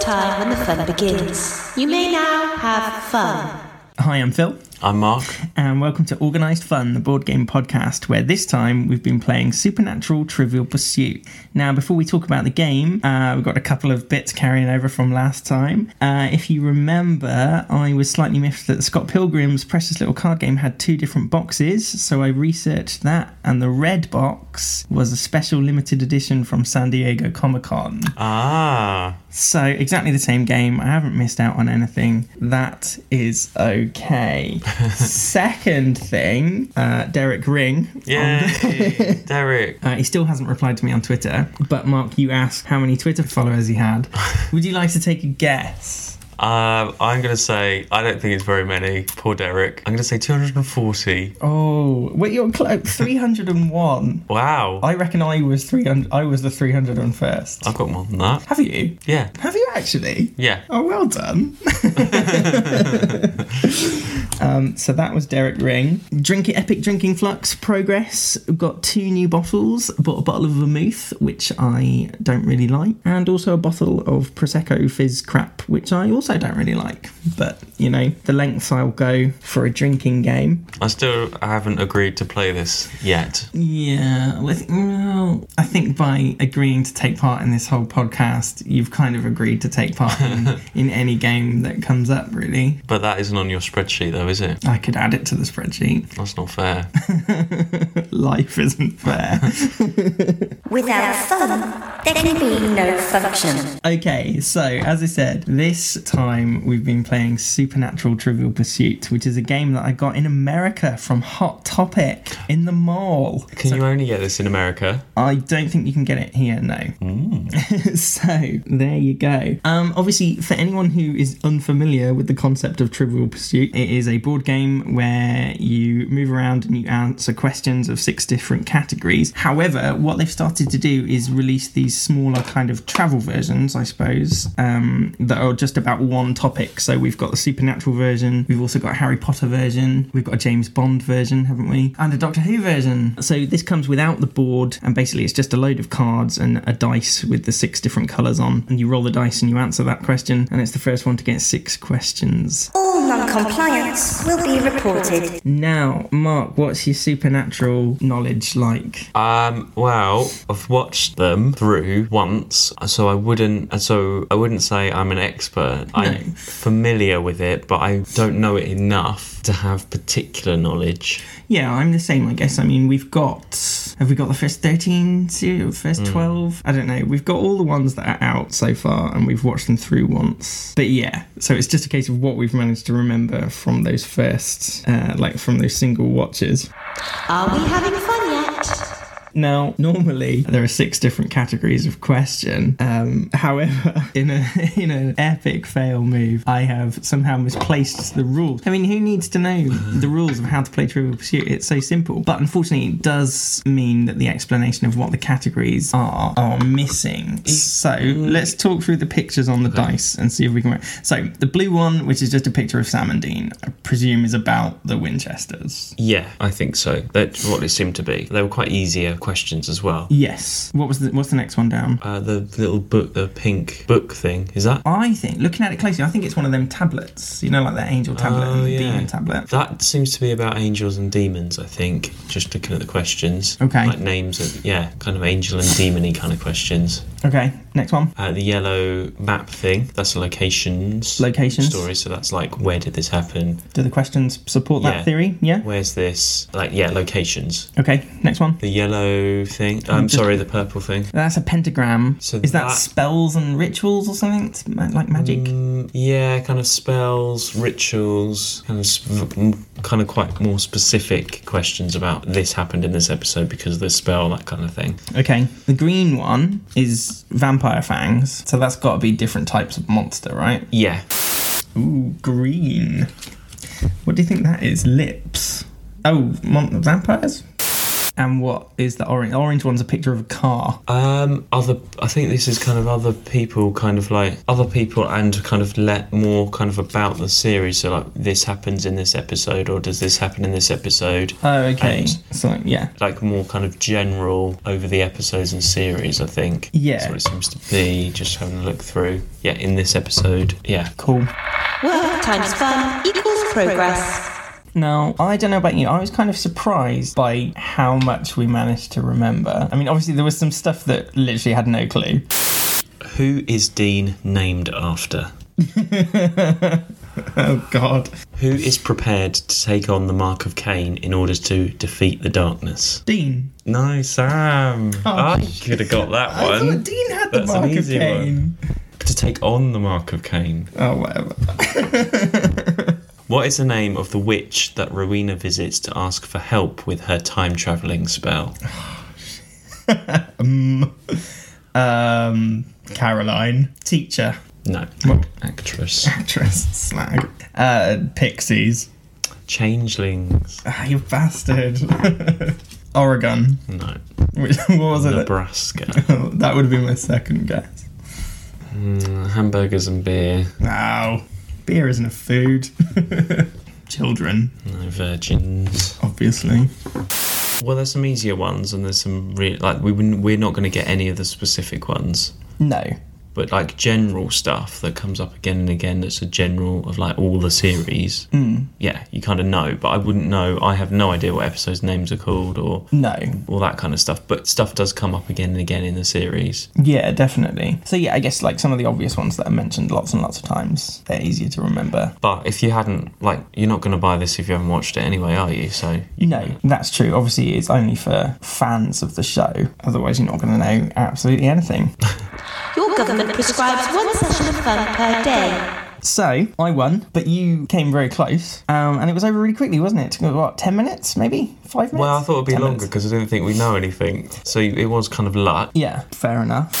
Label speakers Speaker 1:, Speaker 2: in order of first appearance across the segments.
Speaker 1: time when the fun begins. You may now have fun.
Speaker 2: Hi, I'm Phil,
Speaker 3: I'm Mark.
Speaker 2: and welcome to Organised Fun, the board game podcast, where this time we've been playing Supernatural Trivial Pursuit. Now, before we talk about the game, uh, we've got a couple of bits carrying over from last time. Uh, if you remember, I was slightly miffed that Scott Pilgrim's precious little card game had two different boxes, so I researched that, and the red box was a special limited edition from San Diego Comic Con.
Speaker 3: Ah,
Speaker 2: So, exactly the same game. I haven't missed out on anything. That is okay. Second thing, uh, Derek Ring.
Speaker 3: yay, Derek.
Speaker 2: Uh, he still hasn't replied to me on Twitter, but Mark, you asked how many Twitter followers he had. Would you like to take a guess?
Speaker 3: Um, I'm gonna say I don't think it's very many. Poor Derek. I'm gonna say 240.
Speaker 2: Oh, wait, you're close. 301.
Speaker 3: Wow,
Speaker 2: I reckon I was 300. I was the 301st.
Speaker 3: I've got more than that.
Speaker 2: Have you?
Speaker 3: Yeah,
Speaker 2: Have you actually?
Speaker 3: yeah.
Speaker 2: Oh, well done. um, so that was Derek Ring. Drinking Epic Drinking Flux Progress. We've got two new bottles. Bought a bottle of vermouth, which I don't really like, and also a bottle of Prosecco Fizz Crap, which I also don't really like. But, you know, the lengths I'll go for a drinking game.
Speaker 3: I still haven't agreed to play this yet.
Speaker 2: Yeah, well, I think- well, I think by agreeing to take part in this whole podcast, you've kind of agreed to take part in, in any game that comes up, really.
Speaker 3: But that isn't on your spreadsheet, though, is it?
Speaker 2: I could add it to the spreadsheet.
Speaker 3: That's not fair.
Speaker 2: Life isn't fair.
Speaker 4: Without fun, there can be no function.
Speaker 2: okay, so as I said, this time we've been playing Supernatural Trivial Pursuit, which is a game that I got in America from Hot Topic in the mall.
Speaker 3: Can you only get this in America?
Speaker 2: I don't think you can get it here, no. so there you go. Um, obviously, for anyone who is unfamiliar with the concept of Trivial Pursuit, it is a board game where you move around and you answer questions of six different categories. However, what they've started to do is release these smaller kind of travel versions, I suppose, um, that are just about one topic. So we've got the supernatural version, we've also got a Harry Potter version, we've got a James Bond version, haven't we? And a Doctor Who version. So this comes without the board, and basically it's just a load of cards and a dice with the six different colours on. And you roll the dice and you answer that question, and it's the first one to get six questions.
Speaker 4: All non-compliance will be reported.
Speaker 2: Now, Mark, what's your supernatural knowledge like?
Speaker 3: Um, well, I've watched them through once, so I wouldn't. uh, So I wouldn't say I'm an expert. I'm familiar with it, but I don't know it enough to have particular knowledge.
Speaker 2: Yeah, I'm the same, I guess. I mean, we've got. Have we got the first 13 series, first 12? I don't know. We've got all the ones that are out so far, and we've watched them through once. But yeah, so it's just a case of what we've managed to remember from those first, uh, like from those single watches.
Speaker 1: Are we having fun yet?
Speaker 2: Now, normally there are six different categories of question. Um, however, in a in an epic fail move, I have somehow misplaced the rules. I mean, who needs to know the rules of how to play Trivial Pursuit? It's so simple. But unfortunately, it does mean that the explanation of what the categories are are missing. So let's talk through the pictures on the dice and see if we can. So the blue one, which is just a picture of Sam and Dean, I presume is about the Winchesters.
Speaker 3: Yeah, I think so. That's what it seemed to be. They were quite easier questions as well.
Speaker 2: Yes. What was the what's the next one down?
Speaker 3: Uh, the little book, the pink book thing, is that?
Speaker 2: I think, looking at it closely, I think it's one of them tablets. You know, like the angel tablet and
Speaker 3: Oh,
Speaker 2: the
Speaker 3: yeah.
Speaker 2: demon tablet.
Speaker 3: That seems to be about angels and demons, I think. Just looking at the questions.
Speaker 2: Okay.
Speaker 3: Like names of, yeah, kind of angel and demony kind of questions.
Speaker 2: Okay, next one.
Speaker 3: Uh, the yellow map thing, that's the locations.
Speaker 2: Locations.
Speaker 3: Story, so that's like, where did this happen?
Speaker 2: Do the questions support that
Speaker 3: Yeah.
Speaker 2: theory? Yeah.
Speaker 3: Where's this? Like, yeah, locations.
Speaker 2: Okay, next one.
Speaker 3: The yellow thing. I'm
Speaker 2: just-
Speaker 3: sorry, the purple thing.
Speaker 2: That's a pentagram.
Speaker 3: So
Speaker 2: Is that,
Speaker 3: that-
Speaker 2: spells and rituals or something? It's ma- like magic.
Speaker 3: Mm, yeah, kind of spells, rituals, kind of sp- m- kind of quite more specific questions about this happened in this episode because of this spell, that kind of thing.
Speaker 2: Okay. The green one is vampire fangs. So that's got to be different types of monster, right?
Speaker 3: Yeah,
Speaker 2: Ooh, green. What do you think that is? Lips. Oh, mon- vampires? And what is the orange? The orange one's a picture of a car.
Speaker 3: Um, other, I think this is kind of other people, kind of like other people, and kind of let more kind of about the series. So like, this happens in this episode, or does this happen in this episode?
Speaker 2: Oh, okay.
Speaker 3: And-
Speaker 2: so yeah,
Speaker 3: like more kind of general over the episodes and series. I think.
Speaker 2: Yeah.
Speaker 3: That's what it seems to be. Just having a look through. Yeah, in this episode. Yeah.
Speaker 2: cool.
Speaker 1: Work times fun equals progress.
Speaker 2: Now, I don't know about you, I was kind of surprised by how much we managed to remember. I mean, obviously, there was some stuff that literally had no clue.
Speaker 3: Who is Dean named after?
Speaker 2: Oh, God.
Speaker 3: Who is prepared to take on the mark of Cain in order to defeat the darkness?
Speaker 2: Dean.
Speaker 3: No, Sam. I could have got that
Speaker 2: Oh I
Speaker 3: one.
Speaker 2: thought Dean had the
Speaker 3: That's an
Speaker 2: mark of
Speaker 3: easy one.
Speaker 2: Cain.
Speaker 3: To take on the mark of Cain.
Speaker 2: Oh, whatever.
Speaker 3: What is the name of the witch that Rowena visits to ask for help with her time traveling spell?
Speaker 2: Um, Caroline. Teacher.
Speaker 3: No. Actress.
Speaker 2: Actress. Slag. Uh, Pixies.
Speaker 3: Changelings.
Speaker 2: Ah, you bastard. Oregon.
Speaker 3: No.
Speaker 2: Which, what was it? that-
Speaker 3: Nebraska.
Speaker 2: that would have been my second guess.
Speaker 3: Mm, hamburgers and beer.
Speaker 2: Wow. Beer isn't a food. Children,
Speaker 3: No virgins.
Speaker 2: obviously.
Speaker 3: Well, there's some easier ones, and there's some re- like we wouldn't, we're not going to get any of the specific ones.
Speaker 2: No.
Speaker 3: but like general stuff that comes up again and again that's a general of like all the series yeah you kind of know but i wouldn't know i have no idea what episodes names are called or
Speaker 2: No.
Speaker 3: all that kind of stuff but stuff does come up again and again in the series
Speaker 2: Yeah, definitely. So, yeah, I guess like some of the obvious ones that I mentioned lots and lots of times, they're easier to remember.
Speaker 3: but if you hadn't like you're not going to buy this if you haven't watched it anyway are you so
Speaker 2: No, that's true. Obviously, it's only for fans of the show. Otherwise, you're not going to know absolutely anything.
Speaker 1: Your government prescribes one session of fun per day.
Speaker 2: So, I won, but you came very close. Um, and it was over really quickly, wasn't it? It took, what, 10 minutes, maybe? Five minutes?
Speaker 3: well i thought it'd be
Speaker 2: 10
Speaker 3: longer
Speaker 2: minutes.
Speaker 3: because i didn't think we know anything so it was kind of luck
Speaker 2: Yeah, fair enough.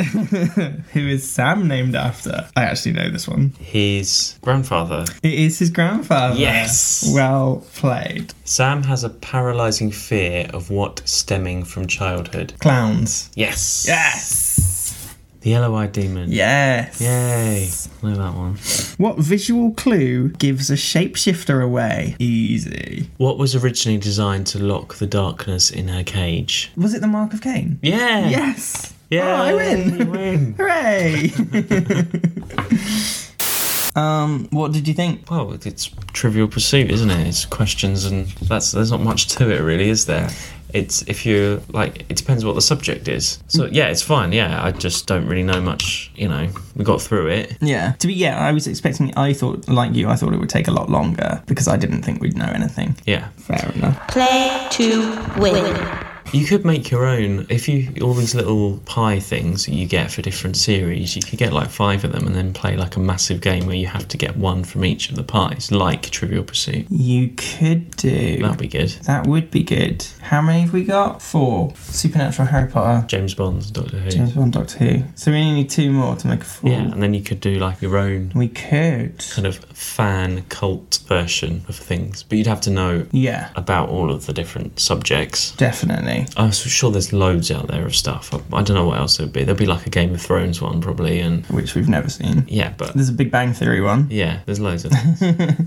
Speaker 2: Who is Sam named after? I actually know this one.
Speaker 3: his grandfather
Speaker 2: It is his grandfather.
Speaker 3: Yes.
Speaker 2: Well played.
Speaker 3: sam has a paralyzing fear of what stemming from childhood
Speaker 2: Clowns.
Speaker 3: yes
Speaker 2: Yes.
Speaker 3: the yellow-eyed demon
Speaker 2: Yes.
Speaker 3: Yay! Know that one.
Speaker 2: What visual clue gives a shapeshifter away? Easy.
Speaker 3: What was originally designed to lock the darkness in her cage?
Speaker 2: Was it the Mark of Cain?
Speaker 3: Yeah.
Speaker 2: Yes.
Speaker 3: Yeah.
Speaker 2: Oh, I win.
Speaker 3: You win.
Speaker 2: Hooray. um, what did you think?
Speaker 3: Well, it's Trivial Pursuit, isn't it? It's questions, and that's there's not much to it, really, is there? It's if you like, it depends what the subject is. So yeah, it's fine. Yeah, I just don't really know much. You know, we got through it.
Speaker 2: Yeah. To be yeah, I was expecting I thought like you, I thought it would take a lot longer because I didn't think we'd know anything.
Speaker 3: Yeah,
Speaker 2: Fair enough.
Speaker 1: Play to win.
Speaker 3: you could make your own. If you all these little pie things that you get for different series, you could get like five of them and then play like a massive game where you have to get one from each of the pies, like Trivial Pursuit.
Speaker 2: You could do
Speaker 3: That'd be good.
Speaker 2: That would be good. How many have we got? Four. Supernatural, Harry Potter,
Speaker 3: James Bond, Doctor Who.
Speaker 2: James Bond, Doctor Who. So we only need two more to make a four.
Speaker 3: Yeah, and then you could do like your own
Speaker 2: We could.
Speaker 3: kind of fan cult version of things, but you'd have to know
Speaker 2: Yeah,
Speaker 3: about all of the different subjects.
Speaker 2: definitely.
Speaker 3: I'm so sure there's loads out there of stuff. I, I don't know what else there'd be. There'd be like a Game of Thrones one probably, and
Speaker 2: Which we've never seen.
Speaker 3: yeah, but
Speaker 2: There's a Big Bang Theory one.
Speaker 3: yeah, there's loads of. Things.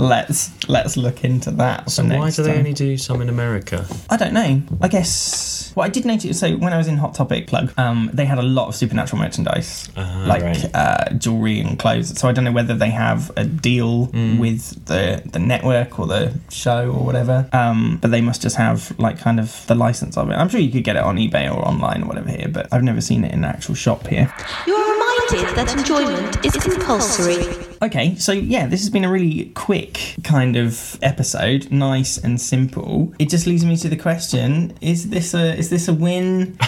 Speaker 2: Let's let's look into that.
Speaker 3: So
Speaker 2: for
Speaker 3: why
Speaker 2: next
Speaker 3: do they
Speaker 2: time. Uh,
Speaker 3: only do some in America?
Speaker 2: I don't know. I guess. Well, I did notice. So when I was in Hot Topic, plug, um, they had a lot of supernatural merchandise,
Speaker 3: Ah,
Speaker 2: like
Speaker 3: right.
Speaker 2: uh, jewelry and clothes. So I don't know whether they have a deal
Speaker 3: Hmm.
Speaker 2: with the the network or the show or whatever. Um, but they must just have like kind of the license of it. I'm sure you could get it on eBay or online or whatever here, but I've never seen it in an actual shop here.
Speaker 1: You are reminded that enjoyment is compulsory.
Speaker 2: Okay, so yeah, this has been a really quick kind of episode, nice and simple. It just leads me to the question: Is this a is this a win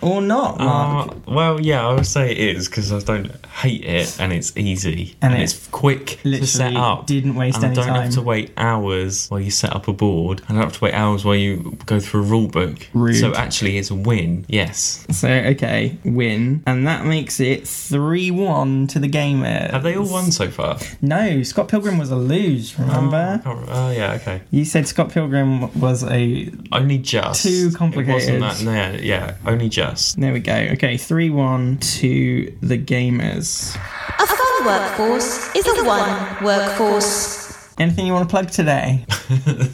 Speaker 2: or not, Mark?
Speaker 3: Uh, well, yeah, I would say it is because I don't hate it, and it's easy
Speaker 2: And
Speaker 3: and,
Speaker 2: it
Speaker 3: it's quick to set
Speaker 2: literally
Speaker 3: up.
Speaker 2: didn't waste
Speaker 3: and
Speaker 2: any
Speaker 3: I don't
Speaker 2: time.
Speaker 3: have to wait hours while you set up a board. I don't have to wait hours while you go through a rule book.
Speaker 2: Rude.
Speaker 3: So actually, it's a win. Yes.
Speaker 2: so okay, win, and that makes it 3-1 3 1 to the gamer.
Speaker 3: Have they all won so far?
Speaker 2: No, Scott Pilgrim was a lose, remember?
Speaker 3: Oh, I can't re- oh, yeah, okay.
Speaker 2: You said Scott Pilgrim was a.
Speaker 3: Only just.
Speaker 2: Too complicated.
Speaker 3: It wasn't that, yeah, yeah, only just.
Speaker 2: There we go. Okay, 3 1 to the gamers.
Speaker 1: A fun workforce is a one workforce.
Speaker 2: Anything you want to plug today?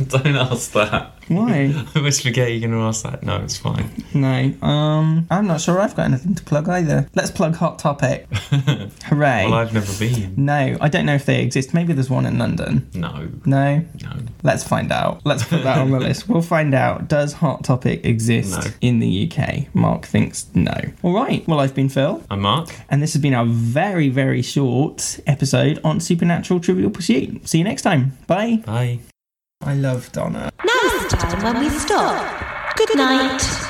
Speaker 3: Don't ask that.
Speaker 2: Why?
Speaker 3: I always forget you're going to ask that. No, it's fine.
Speaker 2: No. Um, I'm not sure I've got anything to plug either. Let's plug Hot Topic. Hooray.
Speaker 3: Well, I've never been.
Speaker 2: no, I don't know if they exist. Maybe there's one in London.
Speaker 3: No,
Speaker 2: No?
Speaker 3: no.
Speaker 2: Let's find out. Let's put that on the list. We'll find out. Does Hot Topic exist
Speaker 3: No.
Speaker 2: in the UK? Mark thinks no. All right. Well, I've been Phil,
Speaker 3: I'm Mark.
Speaker 2: and this has been our very, very short episode on Supernatural Trivial Pursuit. See you next time. Bye.
Speaker 3: Bye.
Speaker 2: I love Donna.
Speaker 1: Now's the time when we stop. Good night.